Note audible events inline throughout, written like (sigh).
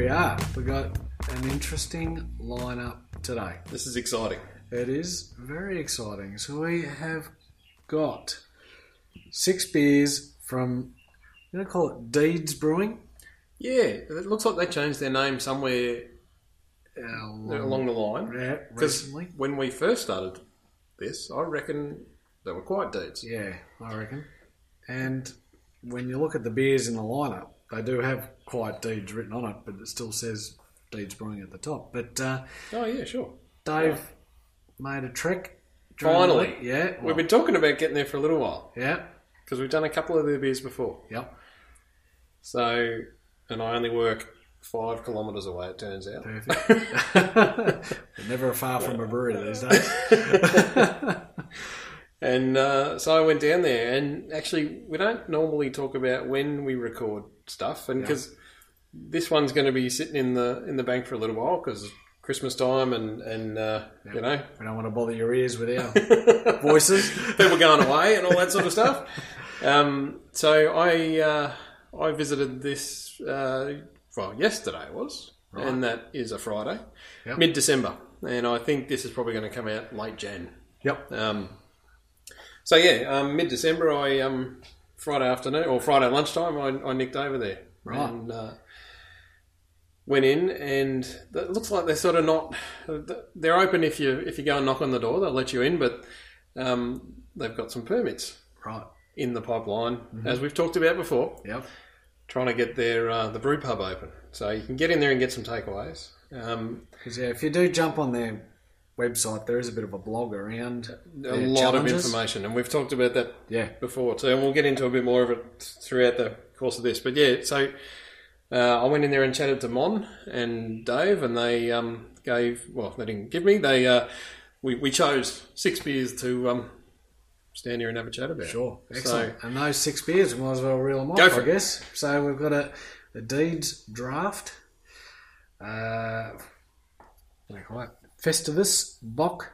We've got an interesting lineup today. This is exciting. It is very exciting. So we have got six beers from, I'm going to call it Deeds Brewing. Yeah, it looks like they changed their name somewhere Along, along the line. yeah, Because recently. when we first started this, I reckon they were quiet dudes. Yeah, I reckon. And when you look at the beers in the lineup, they do have Quiet Deeds written on it, but it still says Deeds Brewing at the top. But uh, Oh, yeah, sure. Dave made a trick. during the Finally. week. yeah, well, We've been talking about getting there for a little while yeah, because we've done a couple of their beers before. yep. So, and I only work five kilometres away, it turns out. (laughs) Perfect. Never far from a brewery these days. And uh, so I went down there, and actually, we don't normally talk about when we record stuff, and because this one's going to be sitting in the in the bank for a little while because Christmas time, and and uh, you know, We don't want to bother your ears with our voices. (laughs) people going away and all that sort of stuff. Um, so I uh, I visited this uh, well yesterday it was, and that is a Friday, Yep. mid December, and I think this is probably going to come out late Jan. Yep. Um, so yeah, um, mid December, I um, Friday afternoon or Friday lunchtime, I, I nicked over there Right. and uh, went in, and it looks like they're sort of not. They're open if you if you go and knock on the door, they'll let you in, but um, they've got some permits Right. in the pipeline, as we've talked about before, Yep. trying to get their uh, the brew pub open, so you can get in there and get some takeaways. Um, 'Cause, yeah, if you do jump on their website, there is a bit of a blog around. a lot of information, and we've talked about that Yeah. before too, and we'll get into a bit more of it throughout the course of this. But yeah, so uh, I went in there and chatted to Mon and Dave, and they um, gave well, they didn't give me. They uh, we we chose six beers to um, stand here and have a chat about. Sure. Excellent. and those six beers, we might as well reel them off, Go for I it. guess. So we've got a, a Deeds draft. Uh, what do you call it? Festivus Bock.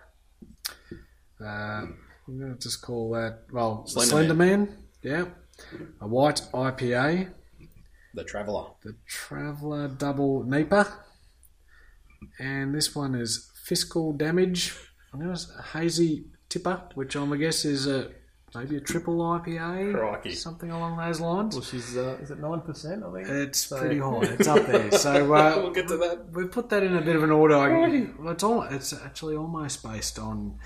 Uh, I'm going to just call that, well, Slender, Slender Man. Yeah. A white IPA. the Traveller. The Traveller Double Nipa. And this one is Fiscal Damage. I'm going to Hazy Tipper, which I'm going to guess is a maybe a triple IPA. Crikey. Something along those lines. she's uh, is it nine percent? I think. It's pretty high. It's up there. (laughs) So uh, (laughs) We'll get to that. We put that in a bit of an order. Well, it's all. It's actually almost based on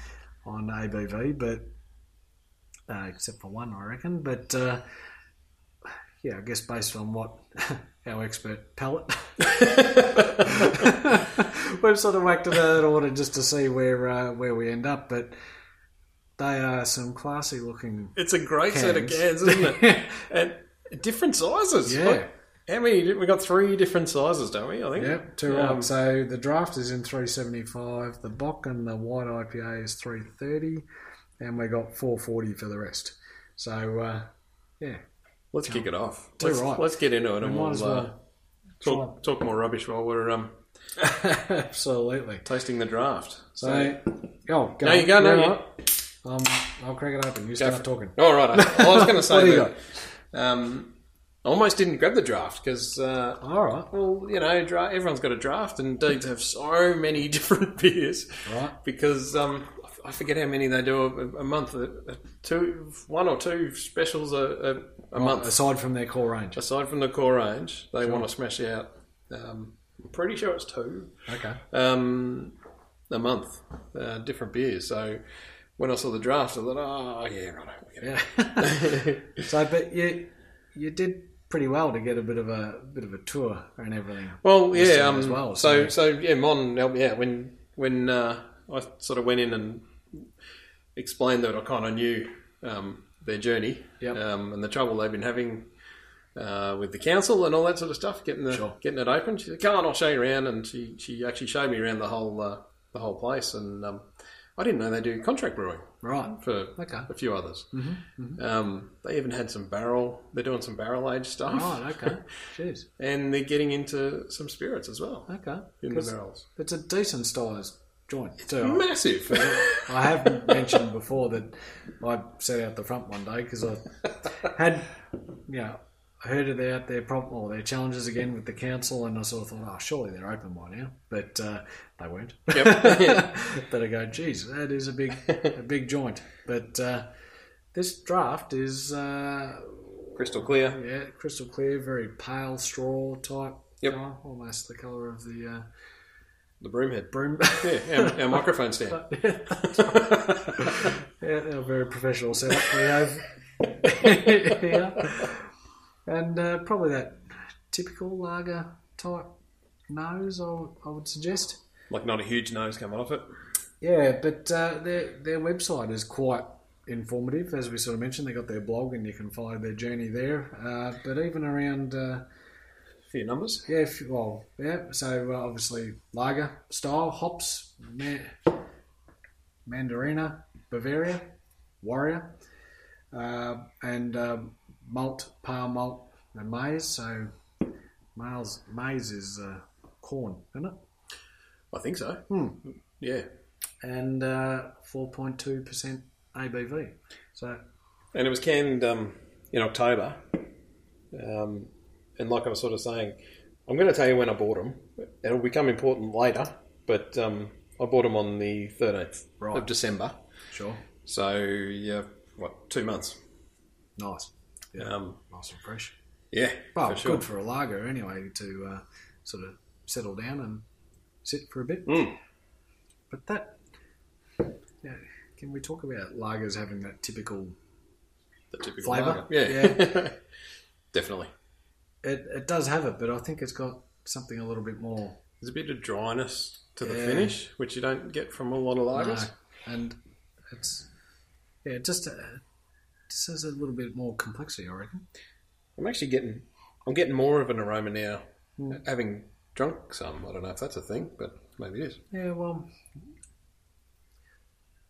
on ABV, but uh, except for one, I reckon. But uh, yeah, I guess based on what (laughs) our expert palate (laughs) we've sort of whacked it out of order just to see where uh, where we end up. But they are some classy looking. It's a great set of Cans. cans, isn't it? (laughs) and different sizes. Yeah. How many? We got three different sizes, don't we? I think. Yep, two Um, right. So the draft is in 375. The Bock and the White IPA is 330, and we got 440 for the rest. So uh, yeah, Let's kick it off. Too let's, right. let's get into it, and might we'll, as uh, well. talk, talk more rubbish while we're um, (laughs) Absolutely. tasting the draft. So, oh, go No, you go, no, You're you- right. Um, I'll crack it open. You start for it. talking. (laughs) all right. I, well, I (laughs) was going to What do say you that um, I almost didn't grab the draft because, uh, All right, well, you know, dra- everyone's got a draft, and Deeds have so many (laughs) different beers right. because um, I forget how many they do a, a month, a, a two, one or two specials a, a, a month. Aside from their core range. Aside from the core range, they want to smash out. Um, I'm pretty sure it's two. Okay. um, a month, uh, different beers. So when I saw the draft, I thought, oh, yeah, right. we'll get it." Yeah. (laughs) so, but you you did pretty well to get a bit of a bit of a tour and everything. well, Listed yeah, um, as well, so, so, yeah, Mon helped me out when, when uh, I sort of went in and explained that I kind of knew um, their journey Yep. um, and the trouble they've been having. Uh, with the council and all that sort of stuff, getting the Sure. getting it open. She said, "Come on, I'll show you around." And she, she actually showed me around the whole uh, the whole place. And um, I didn't know they do contract brewing. Right. for Okay. a few others. Mm-hmm, Um, they even had some barrel. They're doing some barrel aged stuff, Right. Oh, Okay. Cheers. (laughs) and they're getting into some spirits as well Okay. in the 'Cause barrels. It's a decent sized joint too. (laughs) Massive. I have mentioned before that I set out the front one day because I had, you know, heard about their problem or their challenges again with the council, and I sort of thought, oh, surely they're open by now, but uh, they weren't. (laughs) Yep. but I go, geez, that is a big, a big joint. But uh, this draft is uh, Crystal clear. yeah, crystal clear, very pale straw type. Yep. colour, almost the colour of the uh, The broomhead. broom. Yeah, our, our (laughs) microphone stand. yeah, a very professional setup we have here. And uh, probably that typical lager type nose, I would- I would suggest. Like not a huge nose coming off it. Yeah, but uh, their, their website is quite informative, as we sort of mentioned. They've got their blog and you can follow their journey there. Uh, but even around. Uh, Few numbers. Yeah, if, well, yeah. So uh, obviously lager style hops, ma- Mandarina, Bavaria, Warrior, uh, and um malt, palm malt, and maize. So maize, maize is uh, corn, isn't it? I think so. Hmm. Yeah. And uh, four point two percent ABV. So And it was canned um, in October. Um, and like I was sort of saying, I'm going to tell you when I bought them. It'll become important later, but um, I bought them on the 13th Right. of December. sure, So, yeah, what, two months? nice, Yeah. Um, nice and fresh. yeah, Well, for sure. good for a lager anyway to uh, sort of settle down and sit for a bit. Mm. But that, yeah, can we talk about lagers having that typical? The typical Flavour? lager. Yeah. (laughs) Definitely. It, it does have it, but I think it's got something a little bit more. There's a bit of dryness to the Yeah. finish, which you don't get from a lot of lagers. No, uh, and it's yeah, it just uh, just has a little bit more complexity, I reckon. I'm actually getting, I'm getting more of an aroma now, Mm. having drunk some. I don't know if that's a thing, but maybe it is. Yeah, well,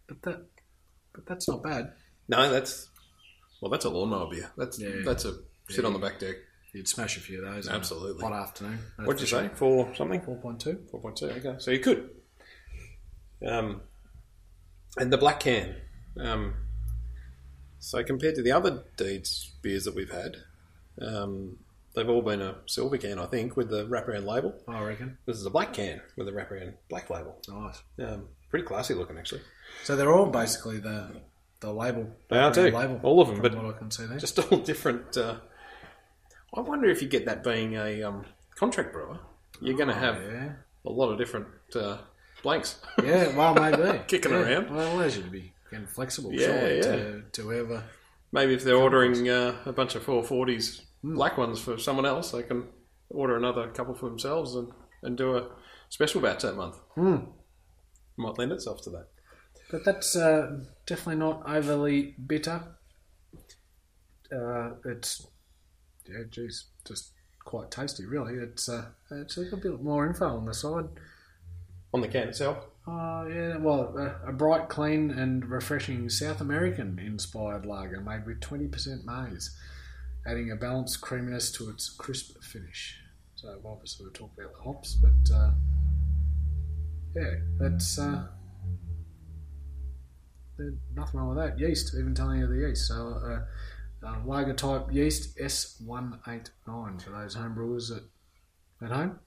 but that but that's not bad. No, that's well, that's a lawnmower beer. That's Yeah. that's a sit Yeah. on the back deck. You'd smash a few of those. on a Absolutely. hot afternoon. that's What'd you for say? Four something? Four point two. Four point two. Okay, so you could. Um, and the black can. Um, so compared to the other deeds beers that we've had, um, they've all been a silver can, I think, with the wraparound label. I reckon. This is a black can with a wraparound black label. Nice. Um, pretty classy looking, actually. (laughs) So they're all basically the the label. They are too. Label, All of them, from but what I can see there. just all different. Uh, I wonder if you get that being a um, contract brewer, you're going to have yeah. a lot of different uh, blanks. (laughs) Yeah, well, maybe. Kicking Yeah. around. Well, it allows you to be getting flexible, Yeah, surely, yeah. to, to whoever. Maybe if they're ordering uh, a bunch of 440s Hmm. black ones for someone else, they can order another couple for themselves and, and do a special batch that month. Hmm. Might lend itself to that. But that's uh, definitely not overly bitter. Uh, it's, yeah, geez, just quite tasty, really. It's, uh, it's a little bit more info on the side. On the can itself? Uh, yeah, well, a, a bright, clean, and refreshing South American inspired lager made with 20% maize, adding a balanced creaminess to its crisp finish. So, obviously, we'll talk about the hops, but uh, yeah, that's. Uh, there's nothing wrong with that. Yeast, even telling you the yeast. So, uh, uh, lager type yeast S189 for those homebrewers at, at home.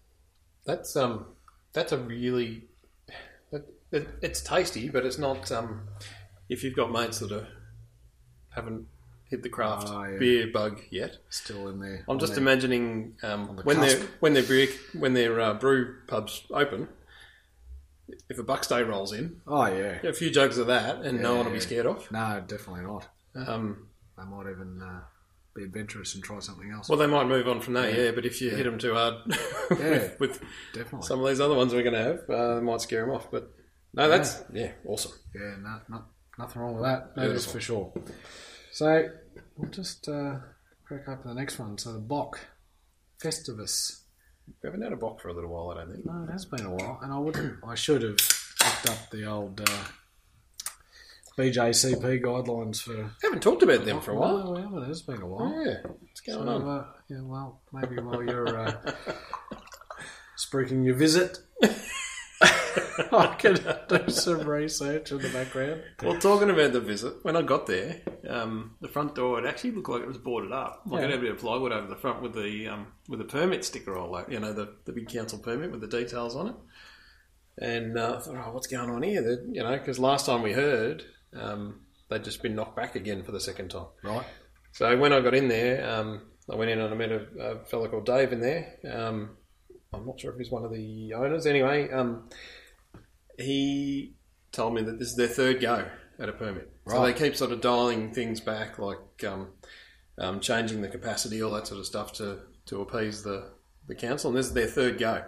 That's um, that's a really, it, it, it's tasty, but it's not. Um, if you've got mates that are haven't hit the craft Ah, yeah. beer bug yet, Still in there. I'm on just there. imagining um, the when cusp. their when their beer when their uh, brew pubs open. If a Bucks Day rolls in, Oh, yeah. a few jugs of that, and no one will be Yeah. scared off. No, definitely not. Um, They might even uh, be adventurous and try something else. well, they might move on from that, yeah. but if you hit 'em hit them too hard (laughs) Yeah. with, with Definitely. some of these other ones we're going to have, uh, it might scare them off. But no, that's yeah, awesome. yeah, no, no, nothing wrong with that. That is Beautiful. for sure. So we'll just uh, crack up the next one. So the Bock Festivus. We haven't had a bock for a little while, I don't think. No, it has been a while, and I wouldn't. (coughs) I should have looked up the old uh, BJCP guidelines for Oh, haven't talked about them for a while. No, we haven't. It's been a while. Yeah, what's So, going on? uh, yeah, well, (laughs) maybe while you're uh, spruiking your visit, I could do some research in the background. Well, talking about the visit, when I got there, um, the front door it actually looked like it was boarded up. Like it had a bit of plywood over the front with the um, with the permit sticker all over, you know, the, the big council permit with the details on it. And uh, I thought, oh, what's going on here? That you know, because last time we heard, um, they'd just been knocked back again for the second time. Right. So when I got in there, um, I went in and I met a, a fellow called Dave in there. Um, I'm not sure if he's one of the owners. Anyway, um, he told me that this is their third go at a permit. So they Right. keep sort of dialing things back, like um, um, changing the capacity, all that sort of stuff, to, to appease the, the council. And this is their third go.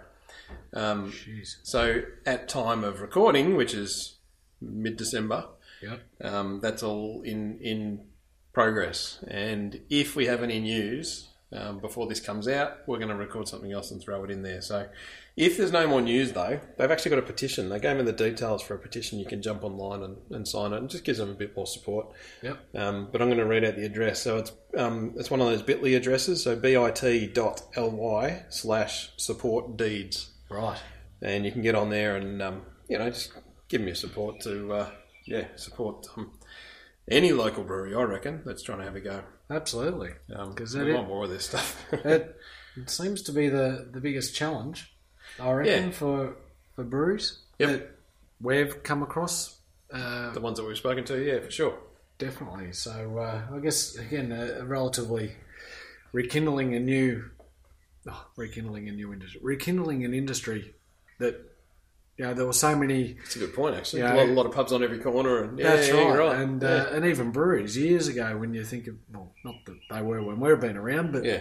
Um, Jeez. so at time of recording, which is mid December, Yep. um, that's all in in progress. And if we have any news um, before this comes out, we're going to record something else and throw it in there. So if there's no more news, though, they've actually got a petition. They gave me the details for a petition. You can jump online and, and sign it, and just gives them a bit more support. Yep. Um, but I'm going to read out the address. So it's um, it's one of those Bitly addresses. So bit.ly slash support deeds Right. and you can get on there and um, you know just give me your support to uh, yeah support um, any local brewery I reckon that's trying to have a go Absolutely. because 'Cause that we it- want more of this stuff. (laughs) It, it seems to be the, the biggest challenge, I reckon, Yeah. for for breweries Yep. that we've come across. Uh, the ones that we've spoken to, yeah, for sure. definitely. So uh, I guess again, a, a relatively rekindling a new, oh, rekindling a new industry, rekindling an industry that you know there were so many It's a good point actually. Yeah. A, lot, a lot of pubs on every corner, and yeah, That's yeah, right. you're And, yeah. uh, and even breweries years ago, when you think of, well, not that they were when we've been around, but yeah,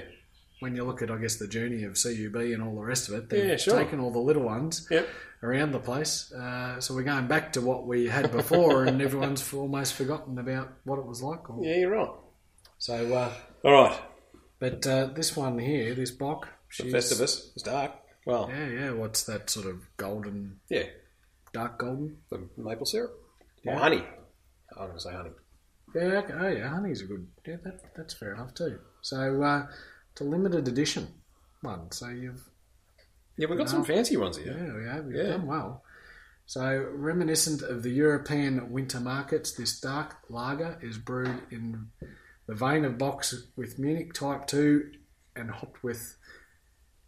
when you look at, I guess, the journey of CUB and all the rest of it, they've Yeah, sure. taken all the little ones Yep. around the place. Uh, so we're going back to what we had before, and everyone's f- almost forgotten about what it was like. Or, yeah, you're right. So, uh, All right, but uh, this one here, this block, the she's, Festivus. It's dark. Well, yeah, yeah, what's that sort of golden, yeah, dark golden? the maple syrup, Yeah. or honey. I'm going to say honey. Yeah, okay. oh yeah, honey's a good. Yeah, that, that's fair enough too. So uh, it's a limited edition one. So you've Yeah, we've got No. some fancy ones here. yeah, yeah, we've Yeah. done well. So reminiscent of the European winter markets, this dark lager is brewed in the vein of box with Munich Type Two and hopped with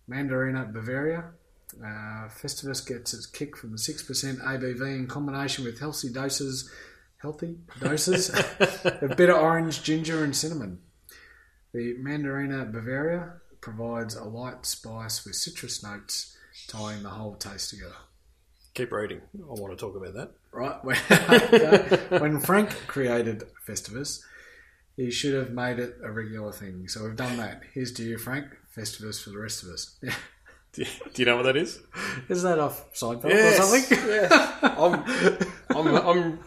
Mandarina Bavaria. Uh, Festivus gets its kick from the six percent ABV in combination with healthy doses, healthy doses of bitter orange, ginger, and cinnamon. The Mandarina Bavaria provides a light spice with citrus notes, tying the whole taste together. (laughs) Keep reading. I want to talk about that. (laughs) Right? When, (laughs) when Frank created Festivus, he should have made it a regular thing. So we've done that. Here's to you, Frank. Festivus for the rest of us. (laughs) Do you know what that is? Is that off Seinfeld Yes, or something? yes. I'm, I'm, I'm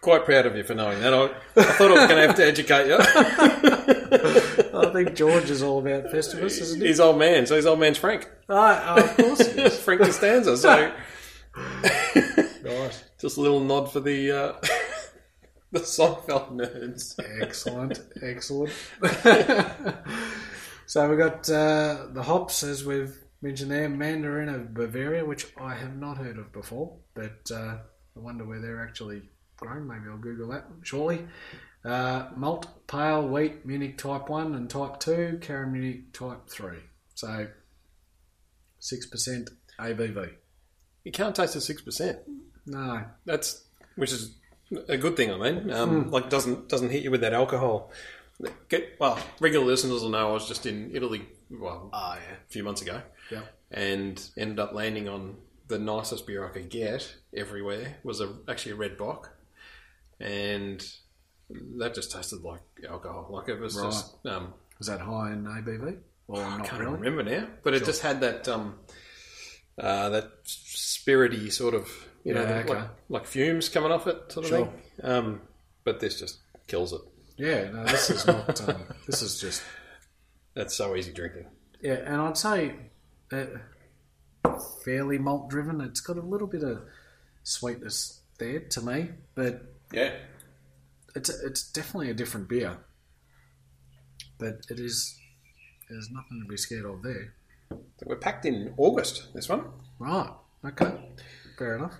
quite proud of you for knowing that. I, I thought I was going to have to educate (laughs) you. I think George is all about Festivus, isn't he? (laughs) his old man, so his old man's Frank. Ah, oh, of course he is. Frank Costanza. So Right. just a little nod for the uh, (laughs) the Seinfeld nerds. Excellent, excellent. (laughs) so we've got uh, the hops, as we've mentioned there, Mandarin of Bavaria, which I have not heard of before, but uh, I wonder where they're actually grown. Maybe I'll Google that shortly. Uh, malt, pale wheat, Munich Type 1 and Type 2, Cara Munich Type 3. So 6% ABV. You can't taste the six percent. No, That's which is a good thing. I mean, um, Hmm. like doesn't doesn't hit you with that alcohol. Get- well, regular listeners will know I was just in Italy. Well, Ah, yeah. a few months ago. Yeah. And ended up landing on the nicest beer I could get everywhere was a, actually a red bock, and that just tasted like alcohol. Like it was just um, was that high in ABV? Well, Oh, I not can't really. remember now, but it just had that um, uh, that spirity sort of you know Yeah, the- like, okay. like fumes coming off it sort of Sure. thing. Um, but this just kills it. Yeah, no, this is not. Um, this is just That's so easy drinking. Yeah, and I'd say uh, fairly malt driven. It's got a little bit of sweetness there to me, but Yeah. it's it's definitely a different beer. But it is there's nothing to be scared of there. We're packed in August. This one. Right. Okay. Fair enough.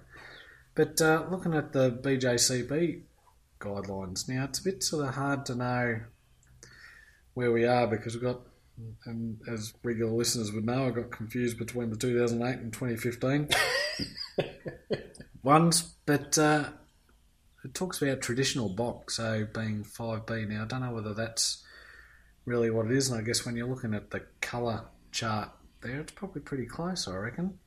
But uh, looking at the BJCB guidelines now, it's a bit sort of hard to know where we are because we've got, and as regular listeners would know, I got confused between the 2008 and 2015 ones. But uh, it talks about traditional box, so being 5B. Now, I don't know whether that's really what it is, and I guess when you're looking at the colour chart there, it's probably pretty close, I reckon.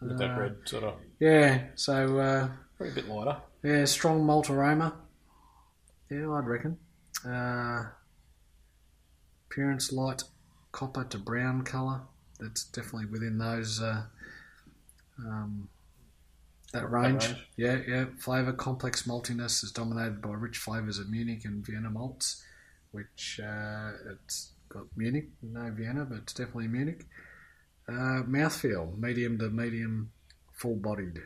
With Uh, that red sort of Yeah, so uh, probably a bit lighter. yeah, strong malt aroma. Yeah, I'd reckon. Uh, appearance light copper to brown colour. That's definitely within those uh, um, that range. range. Yeah, yeah. Flavour complex maltiness is dominated by rich flavours of Munich and Vienna malts, which uh, it's got Munich, no Vienna, but it's definitely Munich. Uh, mouthfeel medium to medium, full bodied.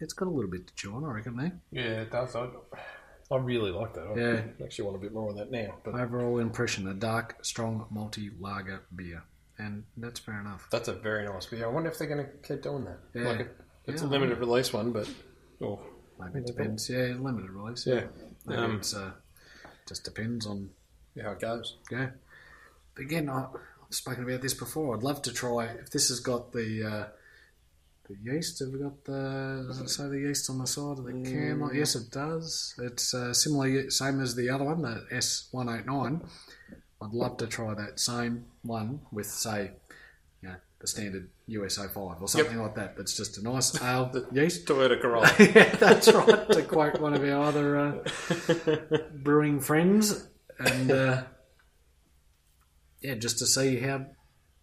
It's got a little bit to chew on, I reckon. There. Yeah, it does. I, I really like that. I Yeah. actually want a bit more of that now. But Overall impression: a dark, strong, multi lager beer, and that's fair enough. that's a very nice beer. I wonder if they're going to keep doing that. Yeah. Like it, it's Yeah. a limited release one, but oh, Maybe it depends. Yeah, limited release. yeah, Maybe Um, it's uh, just depends on yeah, how it goes. yeah. But again, I, I've spoken about this before. I'd love to try if this has got the uh, the yeast. Have we got the does it say the yeast on the side of the can? Like, yes, it does. It's uh, similar, same as the other one, the S one eight nine. I'd love to try that same one with say. you know, The standard USA five or something like that. That's just a nice ale yeast Toyota Corolla. yeah, (laughs) that's right. To quote one of our other uh, brewing friends, and uh, yeah, just to see how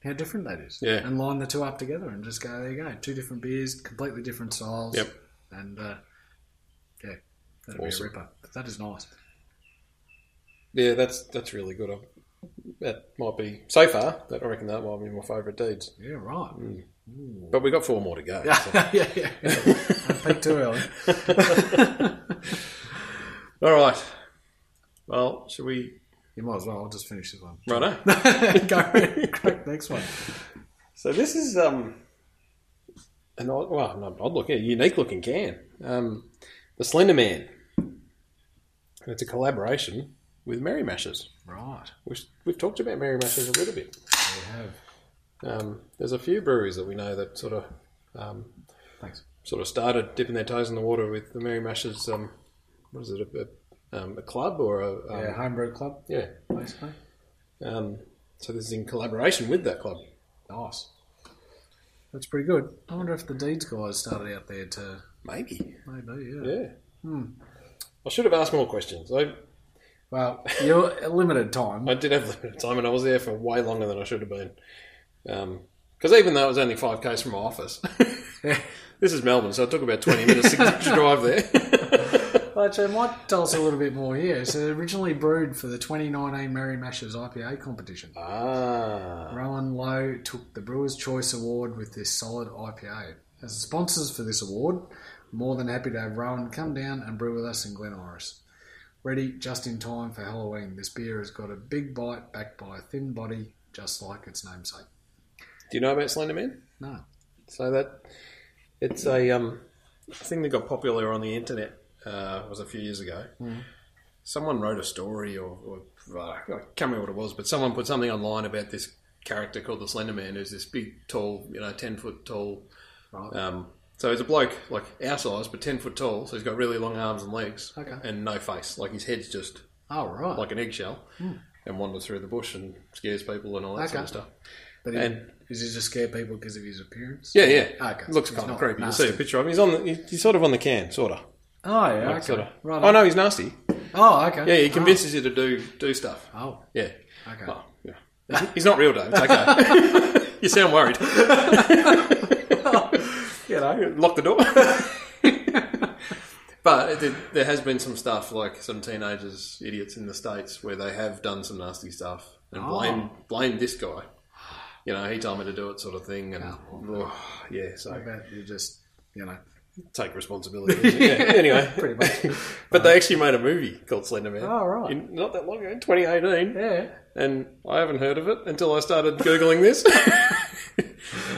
how different that is. Yeah. and line the two up together and just go there you go, two different beers, completely different styles. Yep. and uh, yeah, that'd Awesome. be a ripper. That is nice. yeah, that's that's really good. I, that might be so far. That I reckon that might be my favourite deeds. Yeah, right. Mm, But we have got four more to go. so- (laughs) yeah, yeah, yeah. Don't peek too early. (laughs) All right. Well, should we You might as well. I'll just finish this one. run on? (laughs) go crack next one. (laughs) So this is um, an odd, well, not odd looking, a unique looking can. Um, the Slender Man, and it's a collaboration with Merry Mashers. Right, We've, we've talked about Merry Mashers a little bit. we have. Um, there's a few breweries that we know that sort of um, Thanks. sort of started dipping their toes in the water with the Merry Mashers. Um, what is it? A, a, um, a club or a um, yeah, uh, homebrew club, yeah. basically. Um, so this is in collaboration with that club. Nice. That's pretty good. I wonder if the Deeds guys started out there to Maybe. Hmm. maybe, yeah. Yeah. I should have asked more questions. I, Well, you're at limited time. (laughs) I did have limited time, and I was there for way longer than I should have been. Because even though it was only five k's from my office, (laughs) this is Melbourne, so it took about twenty minutes to, (laughs) to drive there. Actually, I might um, tell us a little bit more here. So, originally brewed for the 2019 Merry Mashers IPA competition. ah, Rowan Lowe took the Brewer's Choice Award with this solid IPA. As the sponsors for this award, more than happy to have Rowan come down and brew with us in Glen Iris. Ready just in time for Halloween, this beer has got a big bite backed by a thin body, just like its namesake. do you know about Slender Man? No. So that it's a um, thing that got popular on the internet uh, was a few years ago. Hmm. Someone wrote a story, or, or uh, I can't remember what it was, but someone put something online about this character called the Slender Man, who's this big, tall, you know, ten foot tall. Right. Um, so he's a bloke like our size, but ten foot tall. So he's got really long arms and legs, Okay. and no face. Like his head's just Oh, right. like an eggshell, and wanders through the bush and scares people and all that sort of Hmm. Okay. stuff. but he, and- is he just scare people because of his appearance? Ah, Yeah, yeah. Okay. Looks He's kind of not creepy. nasty. You see a picture of him. He's on. The, he- he's sort of on the can, sort of. Oh, yeah. Like, okay. sort of. Right. Oh no, he's nasty. Oh, okay. Yeah, he convinces you to do do stuff. Oh, Yeah. oh, okay. Well, yeah. he's not real, Dave. (laughs) It's okay. you sound worried. you know, lock the door. (laughs) but it, did- there has been some stuff like some teenagers, idiots in the states, where they have done some nasty stuff and Oh. blame blame this guy. You know, he told me to do it, sort of thing, and oh, yeah. So I bet you just, you know, take responsibility. (laughs) yeah. Anyway, (laughs) pretty much. but they actually made a movie called Slender Man. Oh, right. In, not that long ago, in 2018. yeah. (laughs) And I haven't heard of it until I started Googling this.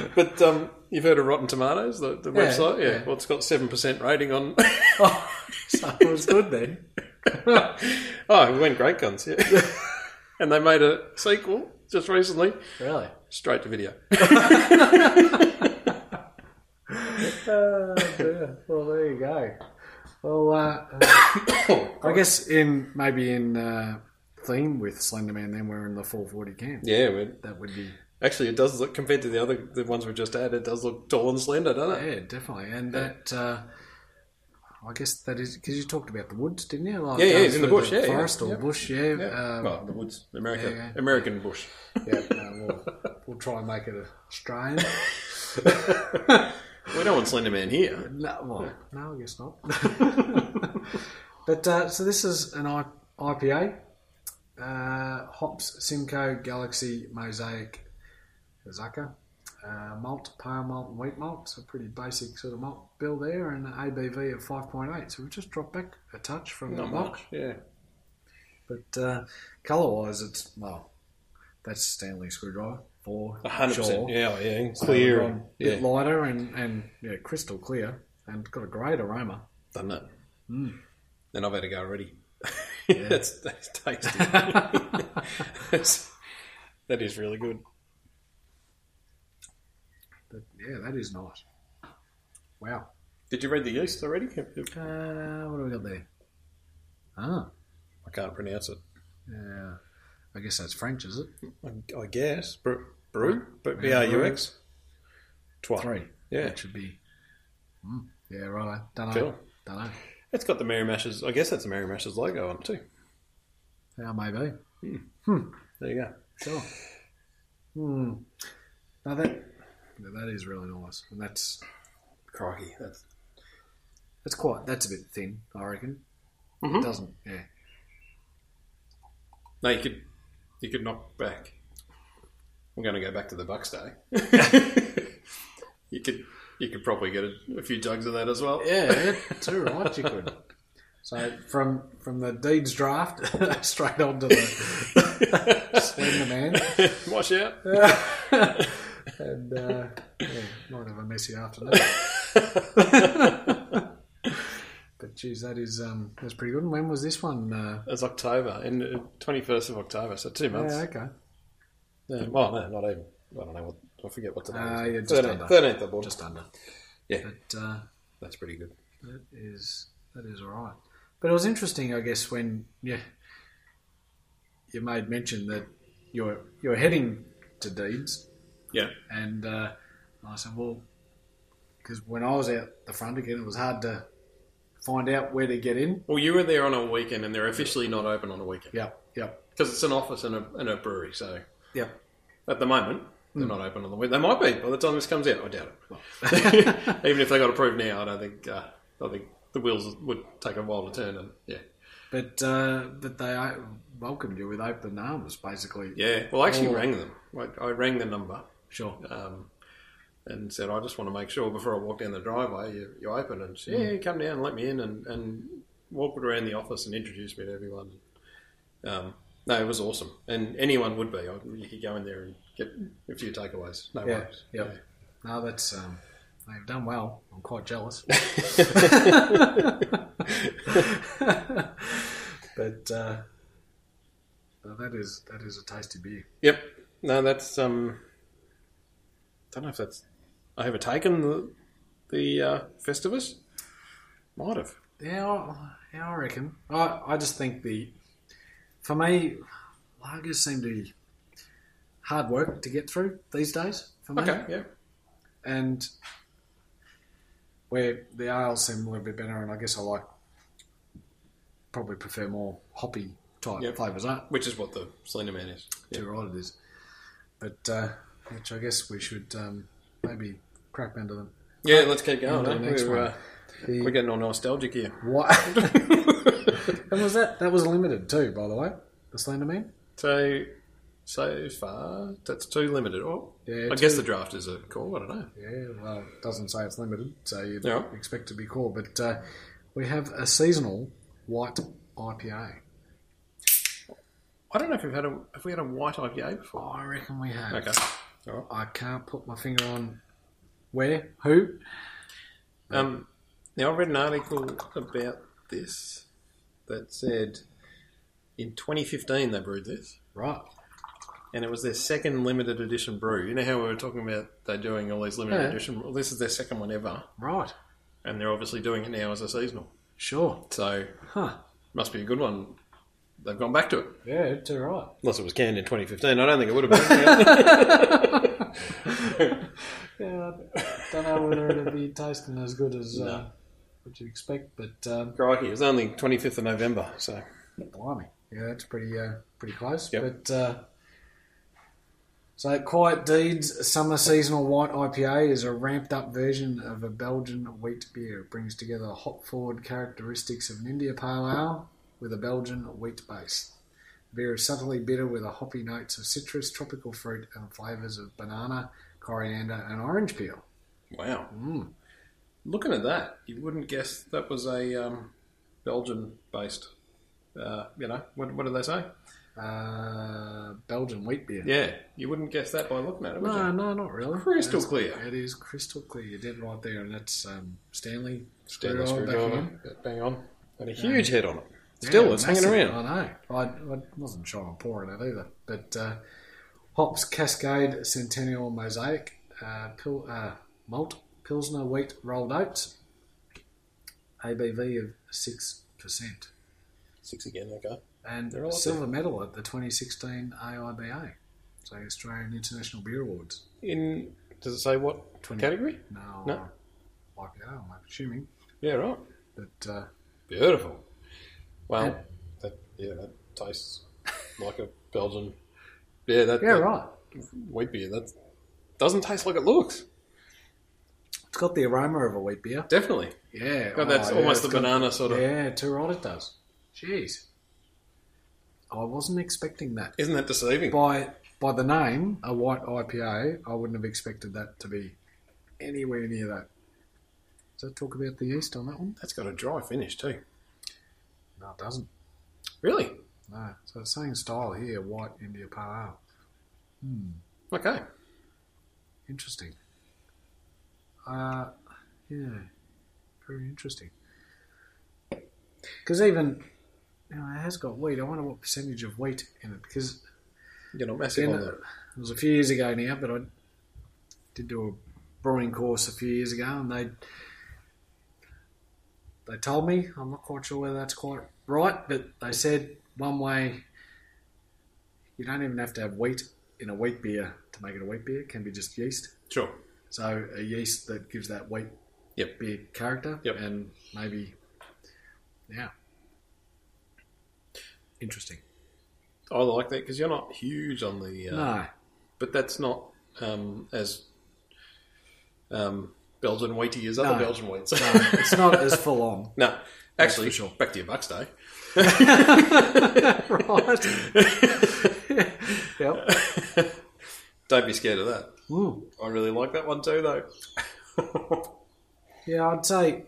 (laughs) but um, You've heard of Rotten Tomatoes, the, the Yeah, website? Yeah. yeah. Well, it's got 7% rating on. (laughs) Oh, so it was good then. oh, it went great guns, yeah. (laughs) and they made a sequel just recently, (laughs) Really? straight (laughs) to video. Oh, dear. Well, there you go. Well, (coughs) uh, I guess in maybe in uh, theme with Slender Man, then we're in the 440 camp. yeah, we That would be actually, it does look, compared to the other the ones we just had, it does look tall and slender, doesn't it? yeah, definitely. And that uh, I guess that is because you talked about the woods, didn't you? Like, Yeah, yeah, going it's in the through bush, yeah, yeah. forest or Yeah. bush. Yeah, Um, well, the woods, America, yeah, yeah. American bush. yeah. no, we'll, we'll try and make it (laughs) Australian. We don't want Slender Man here. No, well, no, I guess not. (laughs) but uh, so this is an I- IPA. Uh, hops, Simcoe, Galaxy, Mosaic, Zucker. Uh, malt, pale malt, and wheat malt. So pretty basic sort of malt bill there, and an ABV of 5.8. So we've just dropped back a touch from the Not box. much. Yeah. But uh, colour wise, it's, well, that's Stanley Screwdriver for 100%. sure. Yeah, oh, yeah. So Clear. um, and- a yeah. bit lighter and, and yeah, crystal clear, and got a great aroma. doesn't it? Hmm. Mm. And I've had a go already. Yeah. (laughs) that's, that's (laughs) tasty. That's- that is really good. But yeah, that is nice. Wow. Did you read the yeast already? Uh, what do we got there? Ah, I can't pronounce it. yeah. I guess that's French, is it? I, I guess. Bru, Bru? But B R U X? Twa. Three. Yeah. That should be. Mm. Yeah, right. Don't know. Cool. Don't know. It's got the Mary Mash's, I guess that's the Mary Mash's logo on it too. Yeah, maybe. There you go. Sure. Hmm. Now that now that is really nice, and that's Crikey. That's, that's quite that's a bit thin, I reckon. It Mhm. doesn't. Yeah. no, you could, you could knock back. I'm going to go back to the Bucks (laughs) Day. you could you could probably get a, a few jugs of that as well. Yeah, it's all right. You could. So from from the deeds draft (laughs) straight on to the Slender Man. (laughs) Wash out. and uh, yeah, might have a messy afternoon. but geez, that is um, that's pretty good. And when was this one? Uh, It's October, and twenty first of October, so two months. yeah, okay, Yeah, well, no, not even. I don't know what. I forget what today Ah, is. yeah, just under. thirteenth of August. just under. Yeah. but uh, That's pretty good. that is that is all right. But it was interesting, I guess, when yeah, you made mention that you're you're heading to Deeds. Yeah, And uh, I said, well, because when I was out the front again, it was hard to find out where to get in. Well, you were there on a weekend, and they're officially not open on a weekend Yep, (laughs) yep, because it's an office and a, and a brewery. So yep. at the moment, they're not open on the weekend. They might be by the time this comes out. I doubt it. even if they got approved now, I don't think. Uh, I think the wheels would take a while to turn. And yeah, But uh, but they uh, welcomed you with open arms, basically. yeah. Well, I actually Oh. rang them. I, I rang the number. Sure. um, and said, I just want to make sure before I walk down the driveway, you, you open. And she, Mm. yeah, come down and let me in and, and walked around the office and introduced me to everyone. Um, no, it was awesome. And anyone would be. I- You could go in there and get a few takeaways. No Yeah, worries. yeah. No, that's um, they've done well. I'm quite (laughs) jealous. but uh, well, that is that is a tasty beer. (laughs) Yep. No, that's. Um, don't know if that's. I have taken the, the uh, Festivus. Might have. Yeah, I- yeah, I reckon. I, I just think the, for me, lagers seem to be hard work to get through these days for me. Okay, yeah. And where the ales seem a little bit better, and I guess I like, probably prefer more hoppy type Yep. flavours. Aren't Which is what the Slender Man is. Yeah. too right it is. But uh, which I guess we should um, maybe crack into them. Yeah, let's keep going. Onto the eh? next we're, one. uh, The- we're getting all (laughs) nostalgic here. What? and was that that was limited too, by the way, the Slender Man. so, so far, that's too limited. Oh, Yeah, I guess the draft is a call. I don't know. Yeah, well, it doesn't say it's limited, so you'd Yeah. expect to be cool. But uh, we have a seasonal white IPA. I don't know if we've had a if we had a white IPA before. Oh, I reckon we have. Okay. I can't put my finger on where, who. Um, now, I read an article about this that said in 2015 they brewed this, Right. and it was their second limited edition brew. You know how we were talking about they're doing all these limited Yeah. edition. Well, this is their second one ever, Right. and they're obviously doing it now as a seasonal. Sure. So, Huh. must be a good one. They've gone back to it. Yeah, it's all right. Unless it was canned in 2015, I don't think it would have (laughs) been. Yeah, I don't know whether it'll be tasting as good as uh, No. what you expect, but um, Crikey, it was only 25th of November, so blimey, yeah, that's pretty uh, pretty close. Yep. But uh, so, Quiet Deeds Summer Seasonal White IPA is a ramped up version of a Belgian wheat beer. It brings together the hop forward characteristics of an India Pale Ale with a Belgian wheat base. The beer is subtly bitter with a hoppy notes of citrus, tropical fruit, and flavours of banana, coriander, and orange peel. wow. Hmm. Mm. Looking at that, you wouldn't guess that was a um, Belgian-based. Uh, you know what? What do they say? Uh, Belgian wheat beer. Yeah, you wouldn't guess that by looking at it. Would No, you? no, not really. Crystal It's- clear. It is crystal clear. You did right there, and that's um, Stanley. Stanley Screwdriver back screwdriver, bang on, and a huge head on it. Yeah, Still, it's hanging massive. around. I know. I, I wasn't sure on pouring it either. But uh, hops, Cascade, Centennial, Mosaic, uh, pil, uh, malt, Pilsner, wheat, rolled oats, ABV of six percent, Six again, okay. and They're all silver medal at the 2016 AIBA, so Australian International Beer Awards. In does it say what 20. category? Now, No. like, I'm assuming, Yeah, right. but. Uh, Beautiful. Wow. Yeah. That, yeah, that tastes like a Belgian. Yeah, that, Yeah, that right. wheat beer. That doesn't taste like it looks. It's got the aroma of a wheat beer. Definitely. Yeah. God, that's oh, yeah, almost it's the got- banana sort of. Yeah, too right it does. Jeez. I wasn't expecting that. Isn't that deceiving? By by the name, a white IPA, I wouldn't have expected that to be anywhere near that. Does that talk about the yeast on that one? That's got a dry finish too. No, it doesn't. Really? No. So it's saying style here, white India Pale Ale. Hmm. Okay. Interesting. Uh, yeah, very interesting. Because even you know, it has got wheat. I wonder what percentage of wheat in it. Because You're not massive again, on it that. was a few years ago now, but I did do a brewing course a few years ago, and they they told me I'm not quite sure whether that's quite right, but they said one way you don't even have to have wheat in a wheat beer to make it a wheat beer. It can be just yeast. Sure. So a yeast that gives that wheat Yep. beer character Yep. and maybe yeah. Interesting. I like that because you're not huge on the. Uh, No. But that's not um, as um, Belgian wheaty as other No. Belgian wheats. No, it's not as full on. (laughs) No, actually, for sure. back to your Bucks day. (laughs) Right. (laughs) Yep. Don't be scared of that. Mm. I really like that one too, though. (laughs) Yeah, I'd say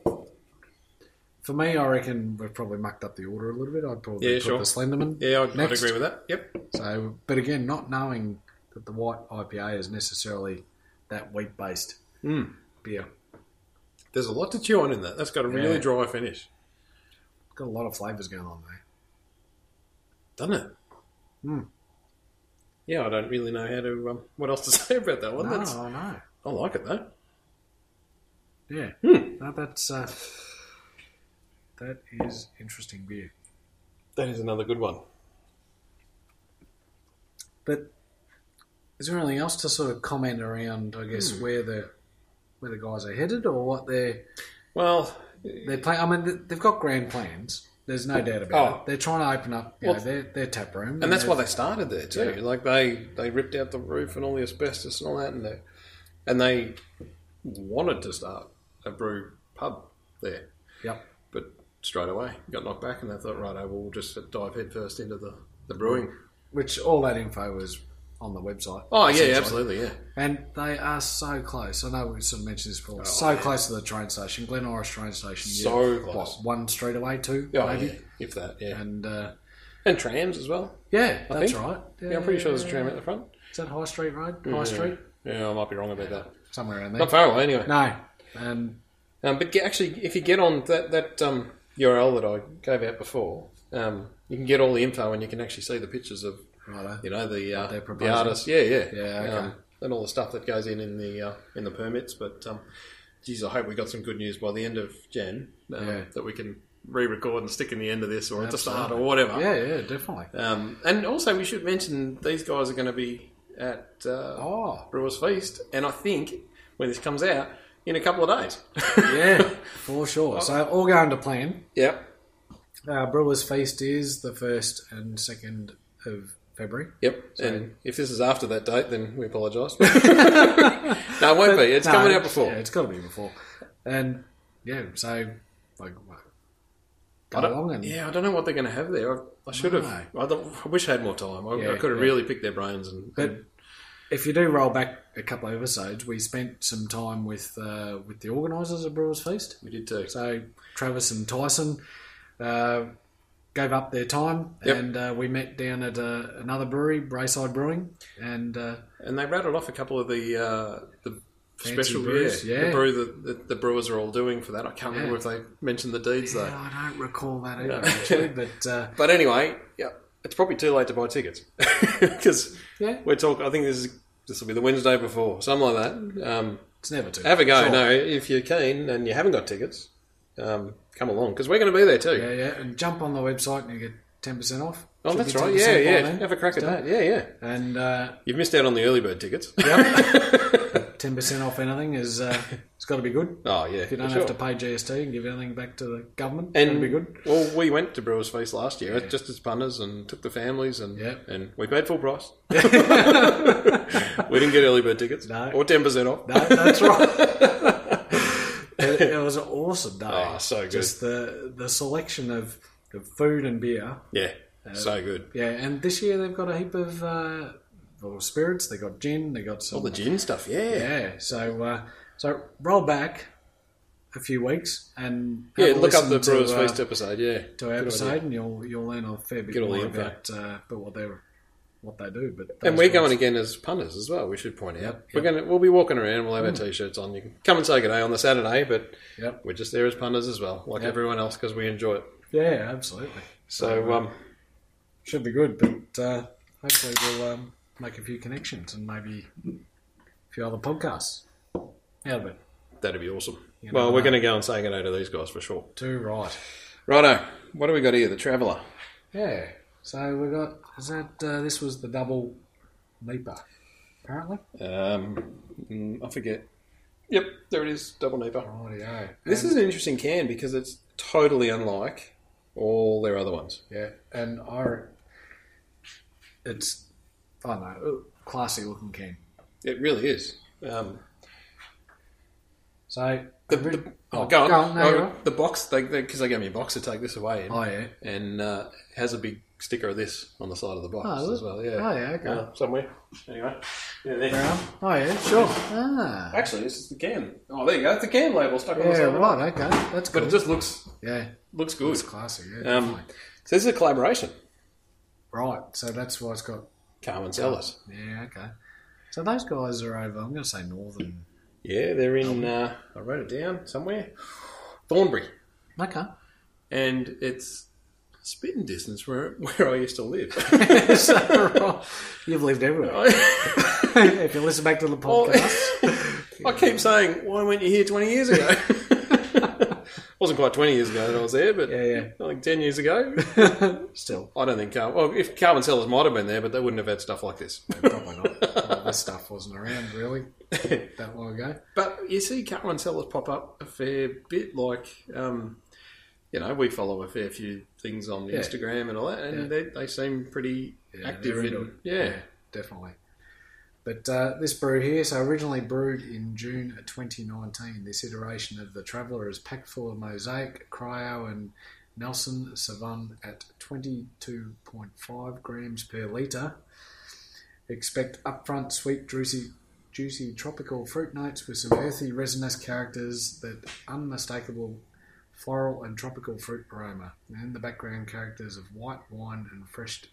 for me I reckon we've probably mucked up the order a little bit. I'd probably Yeah, put sure. the Slenderman. yeah, I'd, I'd Next. agree with that. Yep. So but again, not knowing that the white IPA is necessarily that wheat based Mm. beer. There's a lot to chew on in that. That's got a really Yeah. dry finish, Got a lot of flavours going on there. doesn't it? Hmm. Mm. Yeah, I don't really know how to um, what else to (laughs) say about that one. no, That's, I know. I like it though. Yeah, Hmm. no, that's uh, that is interesting beer. That is another good one. But is there anything else to sort of comment around? I guess Hmm. where the where the guys are headed or what they're Well, they're playing. I mean, th- they've got grand plans. There's no doubt about Oh. it. They're trying to open up you Well, know, their their tap room, and that's why they've- they started there too. Yeah. Like they they ripped out the roof and all the asbestos and all that, and they and they wanted to start a brew pub there. Yep. But straight away got knocked back, and they thought, right, oh, well, we'll just dive headfirst into the, the brewing. Which all that info was on the website. Oh yeah, essentially. absolutely, yeah. And they are so close. I know we sort of mentioned this before. Oh, so yeah. close to the train station, Glen Oris train station. So yeah, close. What, one street away, two, Yeah, maybe. yeah, if that, yeah. And uh, And trams as well. yeah, that's think. right. Yeah, I'm pretty sure there's a tram at the front. Is that High Street Road? High Street? Yeah, I might be wrong about that. somewhere around there. Not far away, anyway. No, and Um, but get, actually, if you get on that that um, URL that I gave out before, um, you can get all the info and you can actually see the pictures of righto. you know the uh, they're the proposing. artists, yeah, yeah, Yeah, okay. um, and all the stuff that goes in in the uh, in the permits. But um, geez, I hope we got some good news by the end of Jan um, Yeah. that we can re-record and stick in the end of this or at the start or Absolutely. whatever. yeah, yeah, definitely. Um, and also, we should mention these guys are going to be at uh, Oh, Brewers Feast, and I think when this comes out in a couple of days. yeah, (laughs) for sure. So all going to plan. Yep. Uh, Brewers Feast is the first and second of February. Yep. And if this is after that date, then we apologise. (laughs) (laughs) no, it won't be. It's No, coming out before. Yeah, it's got to be before. And yeah, so like go I don't, along and yeah, I don't know what they're going to have there. I, I should have. I, don't- I wish I had more time. I, Yeah, I could have yeah. really picked their brains. And, But and- if you do roll back a couple of episodes, we spent some time with uh, with the organisers of Brewers Feast. we did too. So Travis and Tyson uh, gave up their time, Yep. and uh, we met down at uh, another brewery, Brayside Brewing, and uh, And they rattled off a couple of the uh, the Fancy special brews, yeah, yeah. the brew that the, the brewers are all doing for that. I can't remember if they mentioned the deeds yeah, though. I don't recall that either, No. actually. But uh, But anyway, yeah, it's probably too late to buy tickets (laughs) because yeah, we're talking. I think this is this will be the Wednesday before, something like that. Um, it's never too. Have a go. Sure. No, if you're keen and you haven't got tickets, um, come along because we're going to be there too. Yeah, yeah, and jump on the website and you get ten percent off. oh, Should that's be right. 10% Yeah, by yeah. then. Have a crack at Start. that. Yeah, yeah. And uh, You've missed out on the early bird tickets. ten percent off anything is uh, it's got to be good. (laughs) oh, yeah. You don't have to pay GST and give anything back to the government. And That'd be good. Well, we went to Brewers Feast last year just as punters and took the families and Yep. and we paid (laughs) full price. we didn't get early bird tickets No. or ten percent off. No, that's right. (laughs) it, it was an awesome day. Oh, so good. Just the the selection of, of food and beer. Yeah, so good. Yeah, and this year they've got a heap of uh, well, spirits. They got gin. They got All some. the gin stuff. Yeah. yeah, so uh, so roll back a few weeks and Yeah, have a look up listen the Brewers to, uh, Feast episode. Yeah, to our Good episode, idea. and you'll you'll learn a fair bit Get all the more info. about uh, about what they what they do. But And those we're ones- going again as punters as well. We should point out Yep, Hmm. we're going to we'll be walking around. We'll have our t-shirts on. You can come and say good day on the Saturday, but Yep. we're just there as punters as well, like everyone else, because we enjoy it. Yeah, absolutely. So um, Should be good, but uh, hopefully we'll um, make a few connections and maybe a few other podcasts out of it. that'd be awesome. You well, know, we're uh, going to go and say good day to these guys for sure. Too right. Righto, what do we got here? The Traveller. Yeah. So we got is that uh, this was the double leaper, apparently. Um, mm, I forget. Yep, there it is. Double Neighbour. Rightio. This And- is an interesting can because it's totally unlike all their other ones. yeah, and I. re- It's I don't know, classy looking can. It really is. Um, So The, ori- the, oh, go on. no, Oh, you're right. the box, because they, 'cause they gave me a box to take this away in, Oh yeah. and uh, has a big sticker of this on the side of the box Oh, as well. Yeah. Oh yeah. Okay. Uh, somewhere. Anyway. Yeah, there. Oh yeah. Sure. Ah. Actually, this is the can. Oh, there you go. It's the can label stuck on the Yeah. side. of the box. Right. Okay. That's But good. it just looks yeah. looks good. It's classy. Yeah. Um, so this is a collaboration. Right, so that's why it's got. Carmen Sellers. Yeah, okay. So those guys are over. I'm going to say northern. Yeah, they're Um, in. Uh, I wrote it down somewhere. Thornbury, (laughs) Okay. (laughs) and it's spitting distance where (laughs) where I used to live. so, (laughs) right, You've lived Oh. everywhere. (laughs) if you listen back to the podcast, I keep saying, why weren't you here 20 years ago? (laughs) wasn't quite 20 years ago that I was there, but Yeah, yeah. like 10 years ago. (laughs) still I don't think, Car- well, if Carmen Sellers might have been there, but they wouldn't have had stuff like this. (laughs) probably not. Well, this stuff wasn't around really that long ago. But you see Carmen Sellers pop up a fair bit, like, um, you know, we follow a fair few things on Yeah. Instagram and all that, and they, they seem pretty Yeah, active. they're in- into it. yeah. definitely. But uh, this brew here, so originally brewed in June 2019, this iteration of the Traveller is packed full of mosaic, cryo, and Nelson Savan at 22.5 grams per litre. Expect upfront sweet, juicy, juicy tropical fruit notes with some earthy, resinous characters that unmistakable floral and tropical fruit aroma. And in the background, characters of white wine and fresh,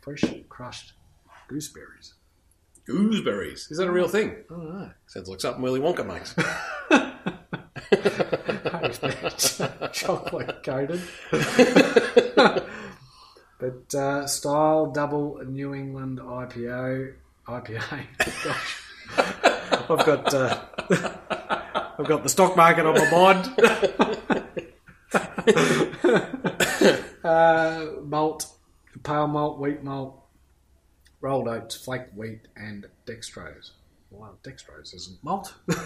fresh crushed gooseberries. Gooseberries. Is that a real thing? I don't know. Sounds like something Willy Wonka makes. (laughs) Chocolate coated. (laughs) But uh, style double New England IPO IPA. (laughs) Gosh. I've got uh, (laughs) I've got the stock market on my mind. (laughs) uh, malt, pale malt, wheat malt, rolled oats, flaked wheat, and dextrose. Well, dextrose isn't malt. (laughs)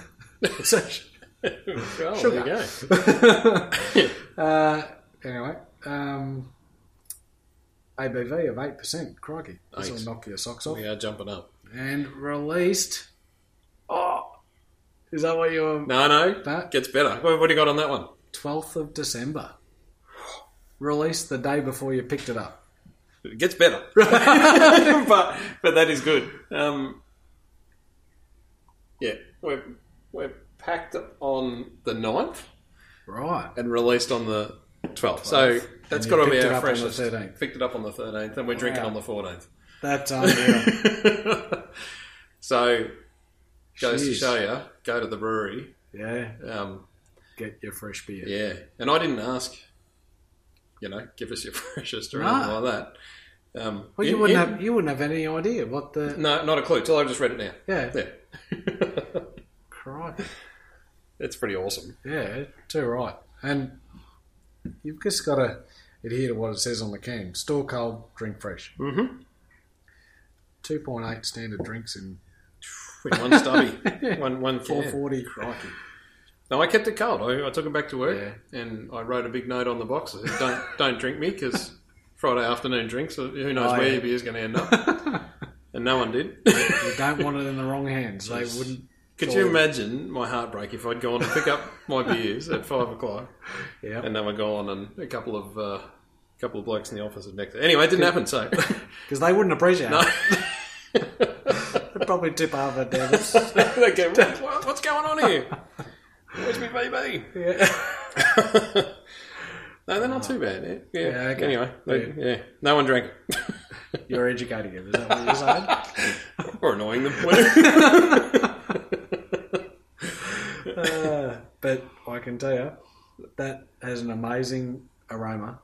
It's actually- well, Sugar. There you go. (laughs) uh, anyway, um, ABV of eight percent. Crikey, this Eight. will knock your socks off. We are jumping up. And released. Oh, is that what you're? No, no. That? Gets better. What, what do you got on that one? Twelfth of December. Released the day before you picked it up. It gets better. (laughs) but but that is good. Um, yeah, we're, we're packed on the 9th Right. and released on the 12th. So that's you got to be picked it our up on the freshest. 13th. Picked it up on the 13th and we're drinking Wow. on the 14th. (laughs) That's unreal. so goes to Jeez. show you, go to the brewery. yeah. Um, Get your fresh beer. yeah, and I didn't ask. You know, give us your (laughs) freshest or No. anything like that. Um, Well, you wouldn't have you wouldn't have any idea what the No, not a clue. Till I just read it now. yeah. (laughs) Yeah, Crikey. it's pretty awesome. Yeah, too right. And you've just got to adhere to what it says on the can. Store cold, drink fresh. Mm-hmm. 2.8 standard drinks in (laughs) One stubby, one one four four. 440. Crikey. No, I kept it cold. I, I took it back to work, Yeah. and I wrote a big note on the box. that said, "Don't (laughs) don't drink me because Friday afternoon drinks. Who knows Oh, where yeah. your beer's going to end up?" (laughs) and no one did. You don't want it in the wrong hands. They Jeez. wouldn't. Could Sorry. you imagine my heartbreak if I'd gone to pick up my beers at five (laughs) o'clock Yeah. and they were gone, and a couple of uh, couple of blokes in the office had next. Anyway, it didn't happen. So Because they wouldn't appreciate no. it. (laughs) They'd probably tip half a down. (laughs) (laughs) they go, "What- what, what's going on here? Where's my baby? yeah. No, they're not too bad. eh? Yeah. Yeah, okay. Anyway, they- yeah. no one drank (laughs) it. You're educating him, is that what you're saying? or annoying them. (laughs) Uh, but I can tell you, that has an amazing aroma.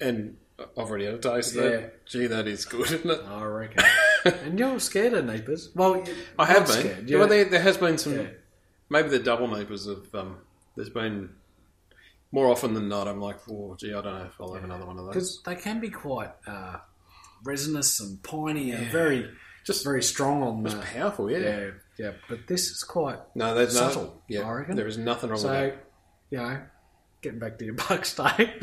and I've already had a taste of Yeah. that. Gee, that is good, isn't it? I (laughs) reckon. and you're scared of Napers. Well, you- I have not been. scared, Yeah, yeah. Well, there, there has been some. Yeah. Maybe the double napers have. Um, there's been more often than not. I'm like, oh, gee, I don't know if I'll have another one of those. because they can be quite uh, resinous and piney and very Just very strong on the powerful, yeah. yeah yeah. But this is quite No, there's no. Subtle, Yeah, I reckon. there is nothing wrong so with you know getting back to your (laughs) buck (laughs) steak.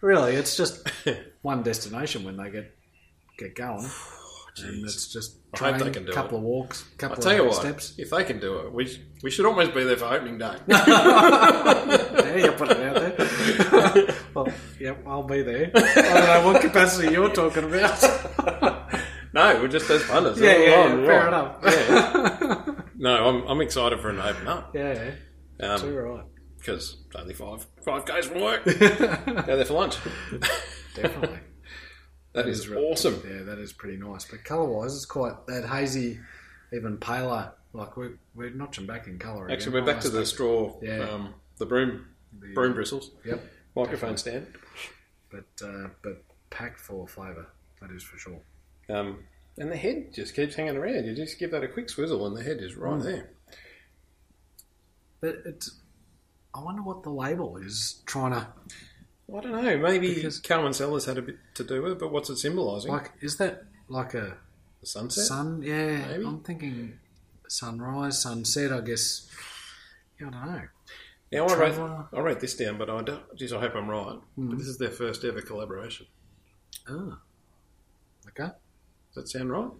really, it's just that. one destination when they get get (sighs) going, and Jeez. it's just I hope train, they can do couple of walks, couple I'll tell you of what, steps. if they can do it, we, sh- we should almost be there for opening day. (laughs) there you put it out there. well, yep, I'll be there. I don't know what capacity you're talking about. (laughs) (laughs) no, we're just as punters. yeah, yeah, We're yeah, Oh, on, we're fair on. enough. (laughs) Yeah. No, I'm, I'm excited for an open up yeah, too right. because it's only five five k's (laughs) from work. Go (laughs) there for lunch. Definitely. that is awesome. Yeah, that is pretty nice. But colour wise, it's quite that hazy, even paler. Like we're, we're notching back in colour. again. Actually, we're back to the straw, Yeah. um, the broom, The- broom bristles, Yep, microphone stand. but uh, but packed full of flavour. That is for sure. Um, and the head just keeps hanging around. You just give that a quick swizzle, and the head is Mm. right there. But it's. I wonder what the label is trying to I don't know. Maybe Because- Carmen Sellers had a bit to do with it, but what's it symbolising? like. Is that like a the sunset. sun? Yeah, Maybe. I'm thinking sunrise, sunset. I guess. Yeah, I don't know. Now I wrote, Traveller. I wrote this down, but I don't. Geez, I hope I'm right. Mm. But this is their first ever collaboration. Oh. Okay. Does that sound right?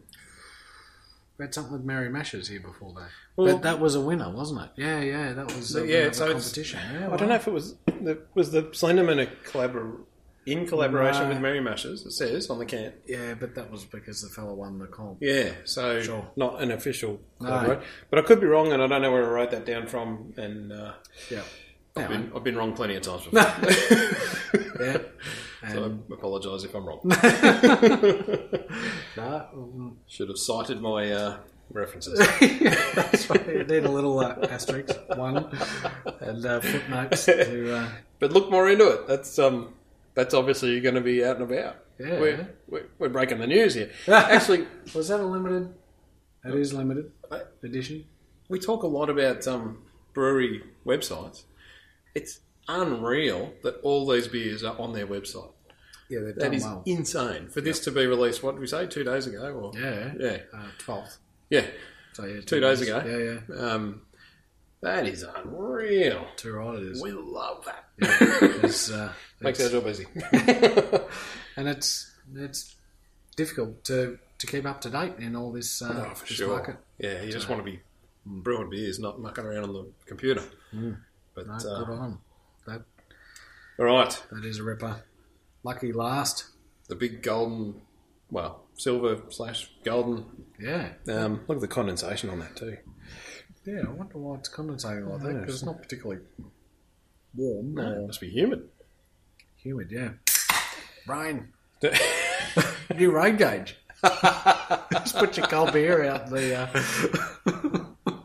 We had something with Mary Mashers here before that. Well- but that was a winner, wasn't it? Yeah, yeah, that was a Yeah, winner of so a it's- competition. Yeah, I well, don't know if it was the, was the Slenderman a collabor in collaboration No. with Mary Mashers. It says on the can. Yeah, but that was because the fella won the comp. Yeah, so Sure. not an official No. collaboration. But I could be wrong, and I don't know where I wrote that down from. And uh, Yeah. I've, Anyway, (laughs) been, I've been wrong plenty of times before. (laughs) yeah. So I apologise if I'm wrong. No, (laughs) Should have cited my uh, (laughs) references. that's right. You need a little uh, asterisk, one, and uh, footnotes to. Uh, but look more into it. That's um, that's obviously going to be out and about. Yeah. We're, we're, we're breaking the news (laughs) here. Actually, was that a limited? That is limited I- edition. we talk a lot about um, brewery websites. It's unreal that all these beers are on their website. Yeah, they've That is insane. For this to be released, what did we say, two days ago? Or Yeah, yeah, Uh, 12th. yeah. So, yeah, two, days ago. Yeah, yeah. Um, that is unreal. Too right it is. We love that. (laughs) It's, uh, Makes our it's- job easy. and it's it's difficult to, to keep up to date in all this, uh, (laughs) Oh, for this sure. market. Yeah, you just want to be brewing beers, not mucking around on the computer. But No, uh, good on 'em. That all right, that is a ripper. Lucky last. the big golden, well, silver slash golden. Yeah, Um, look at the condensation on that too. yeah. I wonder why it's condensating like that because it's not particularly warm It or must be humid. (laughs) humid. Yeah, rain. yeah, (laughs) New rain gauge. (laughs) Just put your cold beer out the uh,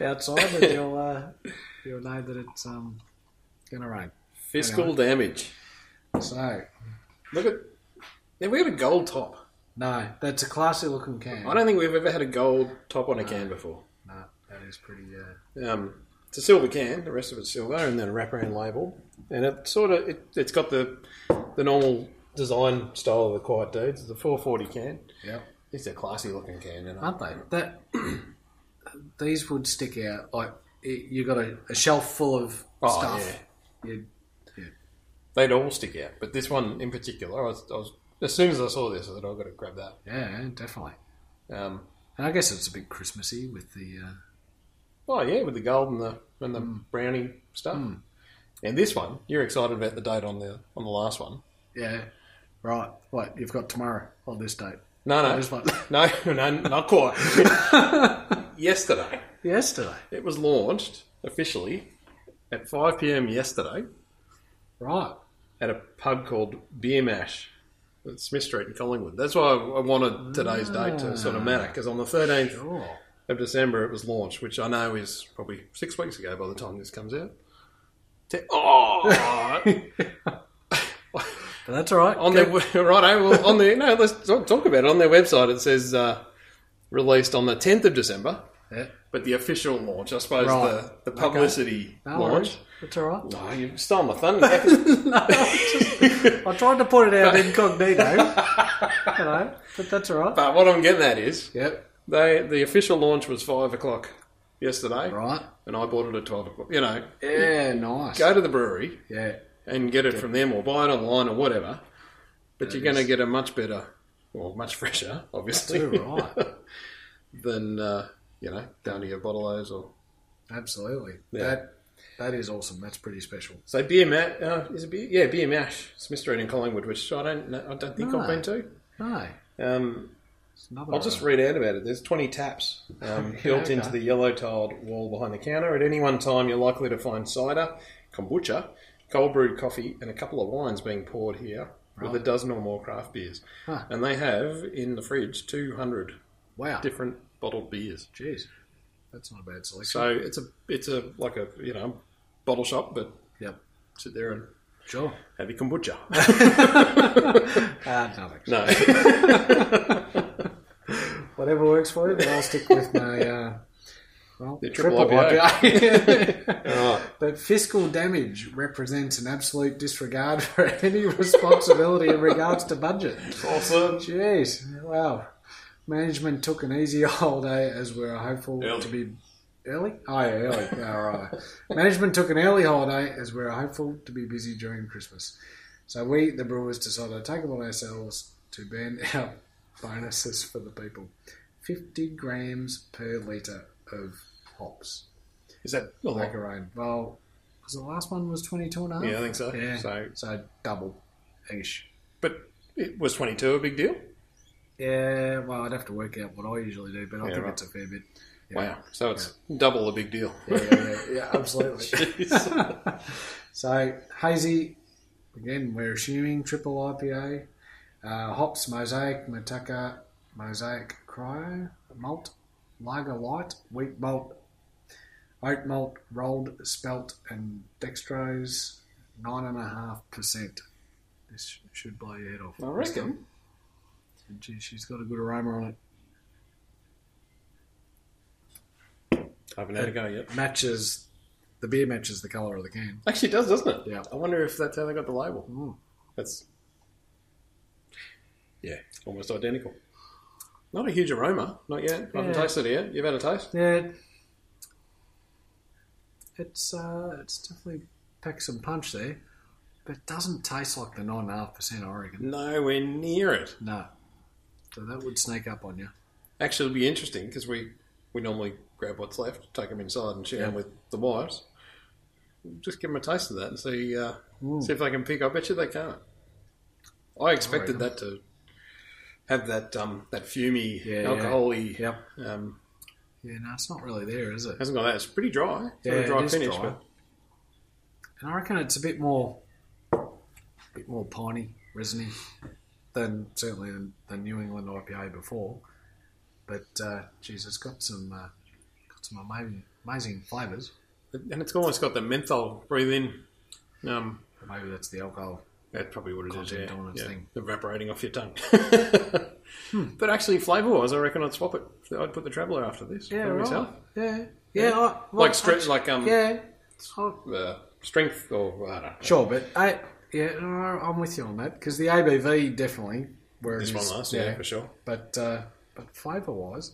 (laughs) outside, and you'll uh, you'll know that it's um, going to rain. fiscal damage. So Look at. Yeah, we had a gold top. no, that's a classy looking can. I don't think we've ever had a gold top on a can before. No, that is pretty. Uh, Um, it's a silver can. The rest of it's silver, and then a wraparound label. And it sort of it, it's got the the normal design style of the Quiet Dudes. The 440 can. yeah, It's a classy looking can, and aren't they? That (clears throat) these would stick out like y- you got a, a shelf full of Oh, stuff. You They'd all stick out, but this one in particular, I was, I was as soon as I saw this, I said, "I've got to grab that." Yeah, definitely. Um, And I guess it's a bit Christmassy with the. Uh, oh yeah, with the gold and the and the Mm. brownie stuff. And this one, you're excited about the date on the on the last one. yeah, right. What you've got tomorrow on this date? No, I no, just want- no, (laughs) no, not quite. (laughs) yesterday, (laughs) yesterday. it was launched officially at 5 p.m. yesterday Right. at a pub called Beer Mash. at Smith Street in Collingwood. That's why I I wanted today's date to sort of matter because on the 13th Sure. of December it was launched, which I know is probably six weeks ago by the time this comes out. Te- (laughs) oh, But (laughs) that's all right. on their right, eh, well, on their no, let's talk talk about it. On their website, it says uh, released on the tenth of December, Yeah, but the official launch, I suppose, Right. the, the publicity no launch. worries. It's all right. Oh, you've stolen (laughs) my thunder. I tried to put it (laughs) out incognito, you know, but that's all right. (laughs) but what I'm getting at is Yep. they the official launch was five o'clock yesterday, Right. and I bought it at twelve o'clock. You know, Yeah. Nice. go to the brewery. Yeah. and get it from them or buy it online or whatever. But you're going to is- get a much better, or much fresher, obviously, Too right. (laughs) than uh, you know down to your bottle O's or Absolutely. Yeah. That that is awesome. That's pretty special. so beer mat. Uh, is it beer? Yeah, beer mash. Smith Street in Collingwood, which I don't know, I don't think No. I've been to. No. Um, It's another I'll just read out about it. There's 20 taps (laughs) um, built okay. into the yellow tiled wall behind the counter. At any one time, you're likely to find cider, kombucha, cold brewed coffee, and a couple of wines being poured here with a dozen or more craft beers. Huh. And they have in the fridge 200 wow. different bottled beers. Jeez. That's not a bad selection. So it's a it's a like a you know bottle shop, but yep. sit there and Sure. have your (laughs) kombucha. uh, Ah, nothing. (laughs) no, Whatever works for you, then I'll stick with my uh, well, The triple, triple IPA. (laughs) IPA. Alright. (laughs) But fiscal damage represents an absolute disregard for (laughs) any responsibility in regards to budget. awesome. Jeez, wow. Management took an easy (laughs) holiday as we were hopeful Early. to be early. Oh, yeah, early. All right. Management took an early holiday as we were hopeful to be busy during Christmas. So we, the brewers, decided to take upon ourselves to ban (laughs) out bonuses for the people. 50 grams per litre of hops. Is that a lot? Macaron. Well, because the last one was 22 and a half. Yeah, I think so. Yeah. So, So double ish. but it was 22 a big deal? Yeah, well, I'd have to work out what I usually do, but I Yeah, think right. it's a fair bit. Wow. So it's double the big deal. (laughs) (laughs) Yeah, yeah, yeah, yeah absolutely. Jeez. so hazy Again, we're assuming triple IPA, uh, hops, mosaic, mataka, mosaic, cryo, malt, lager light, wheat malt, oat malt, rolled spelt, and dextrose, nine and a half percent. This sh- should blow your head off. I reckon. And Gee, she's got a good aroma on it. I haven't had a go yet. Matches the beer matches the colour of the can. Actually, it does, doesn't it? Yeah. I wonder if that's how they got the label. Mm. That's yeah, almost identical. Not a huge aroma, not yet. I haven't Yeah. tasted it yet. You've had a taste. Yeah. It's uh, it's definitely packs some punch there, but it doesn't taste like the nine and a half percent I reckon. Nowhere near it. No. So that would sneak up on you. Actually, it'll be interesting because we, we normally grab what's left, take them inside, and share them Yeah. with the wives. Just give them a taste of that and see uh, Mm. see if they can pick. I bet you they can't. I expected reckon. that to have that um, that fumy, Yeah, yeah. alcoholy. Yep. Um, Yeah, no, it's not really there, is it? hasn't got that. It's pretty dry. It's got Yeah, a dry it is finish, dry. but And I reckon it's a bit more, a bit more piney, resiny than certainly than the New England IPA before. But uh, geez, it's got some uh, got some amazing amazing flavours. and it's almost got the menthol breathe in. Um, Maybe that's the alcohol. That's probably what it is. Content yeah. dominance yeah. thing. Hmm. Evaporating off (laughs) your tongue. But actually, flavour wise, I reckon I'd swap it. I'd put the Traveller after this. for myself. Yeah, yeah. I, Like stretch, like um, Yeah. I- uh, strength or I don't know. Sure, but I yeah, no, I'm with you on that because the ABV definitely where This it one is, last, yeah, for sure. But uh, but flavour wise,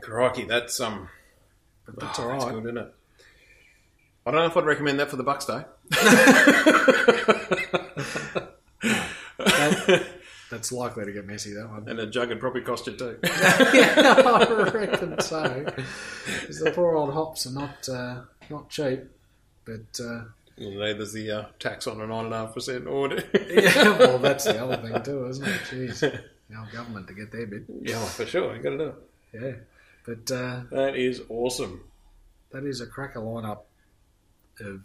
Crikey, that's um, but that's oh, all that's right. good, isn't it? I don't know if I'd recommend that for the (laughs) Bucks Day. That's likely to get messy that (laughs) one. and a jug would probably cost you too. yeah, I reckon so. 'Cause the poor old hops are not uh, not cheap, but uh, (laughs) Well, Neither's the uh, tax on a nine and a half percent order. (laughs) yeah, well, that's the other thing too, isn't it? (laughs) Jeez, the old government to get their bit. yeah, for sure. You got to do it. Yeah, but uh, That is awesome. that is a cracker lineup of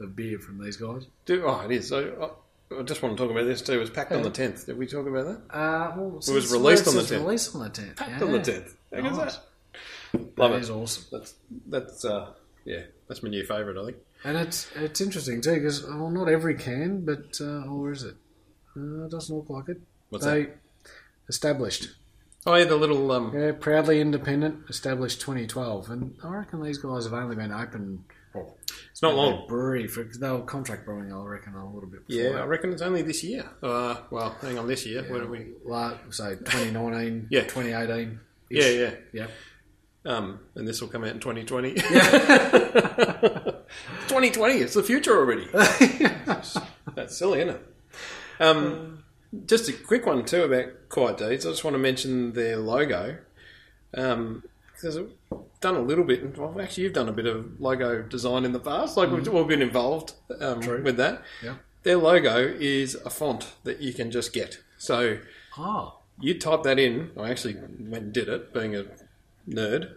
of beer from these guys. Do, oh, it is. I, I, I just want to talk about this too. It was packed on Yeah. the tenth. Did we talk about that? Uh, well, it released on the 10th. Released on the tenth. Packed on the tenth. How good's Nice. that? That Love it. is awesome, That's that's uh, yeah. That's my new favourite. I think. and it's it's interesting too because well, not every can, but uh, or is it? Uh, it doesn't look like it. What's they that? established. Oh yeah, the little um. Yeah, proudly independent, established 2012, and I reckon these guys have only been open It's Oh, their not long. brewery for they were contract brewing. I reckon a little bit. Yeah, I before. reckon it's only this year. Uh, well, hang on, this year. What are we? La- so 2019, Yeah. 2018. Yeah, yeah. Yep. Um, and this will come out in 2020. (laughs) 2020. It's the future already. (laughs) That's silly, isn't it? Um, just a quick one too about Quiet Deeds. I just want to mention their logo. Um, 'cause I've done a little bit. Well, actually, you've done a bit of logo design in the past. Like we've all been involved um, with that. Yeah. Their logo is a font that you can just get. So Oh, you type that in. I actually went and did it, being a nerd.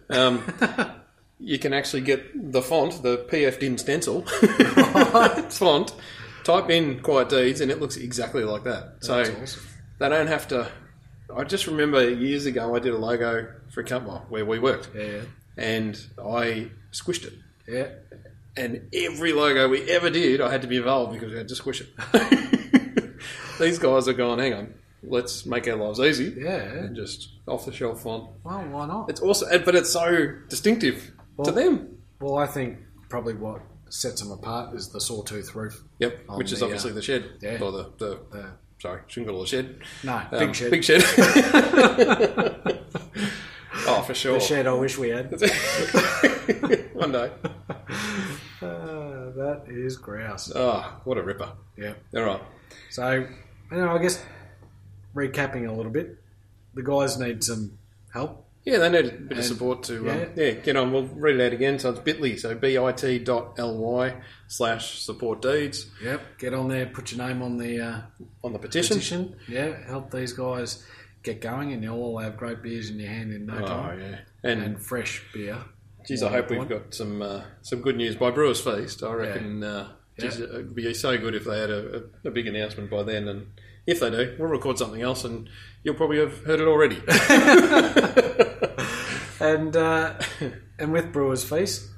(laughs) Um, you can actually get the font, the PF DIN stencil (laughs) font. Type in Quiet Deeds, and it looks exactly like that. So that's awesome. they don't have to. I just remember years ago I did a logo for a company where we worked, Yeah, and I squished it. yeah. And every logo we ever did, I had to be involved because we had to squish it. (laughs) These guys are going, hang on, let's make our lives easy Yeah. and just off the shelf font. Well, why not? It's awesome, but it's so distinctive to Well- them. Well, I think probably what sets them apart is the sawtooth roof. Yep, On which is the, obviously uh, the shed yeah. or the, the The, sorry shingle or shed. no, Um, big shed. (laughs) Big shed. (laughs) oh, for sure. The shed I wish we had. (laughs) One day. Uh, that is grouse. Oh, what a ripper! Yeah. All right. So, you know, I guess recapping a little bit, the guys need some help. Yeah, they need a bit of support to yeah. Um, yeah. yeah get on. We'll read it out again. So it's Bitly. So bit dot ly slash support deeds Yep. Get on there, put your name on the uh, on the petition. petition. Yeah, help these guys get going, and you'll all have great beers in your hand in no Oh time. yeah, And fresh beer. Geez, I hope we've got some uh, some good news by Brewers Feast. I reckon uh, geez, Yeah. it'd be so good if they had a, a, a big announcement by then. And if they do, we'll record something else, and you'll probably have heard (laughs) it already. And uh, (laughs) and with Brewers Feast,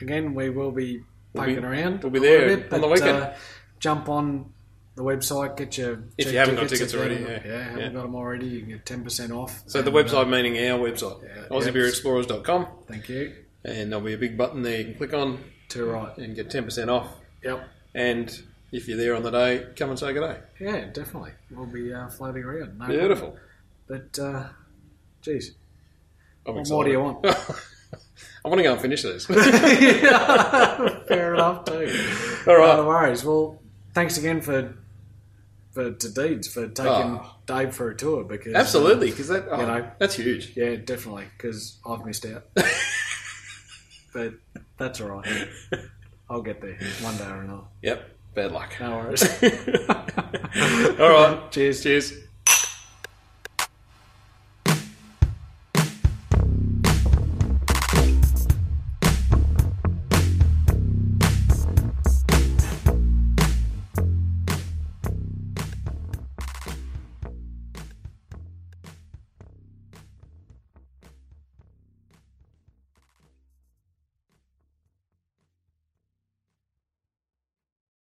again we will be poking be- around. we'll be a little there on the weekend. Uh, jump on the website, get your If cheap you haven't got tickets if you already, haven't- yeah. yeah, haven't Yeah. got them already. You can get ten percent off. so the website meaning our website, Yeah, AussieBeerExplorers.com, Thank you. and there'll be a big button there you can click on To right. and get ten percent off. Yep. And if you're there on the day, come and say good day. Yeah, definitely. We'll be uh, floating around. No Beautiful. problem. But uh, geez, (laughs) I'm what more do you want? (laughs) I want to go and finish this. Fair enough too. (laughs) No All (laughs) right. worries. Well, thanks again for for to Deeds for taking Oh. Dave for a tour because Absolutely, because that oh, You know. that's huge. Yeah, definitely, because I've missed out. (laughs) but that's all right. I'll get there one day or another. (laughs) Yep. Bad luck. No worries. All right. Cheers. Cheers.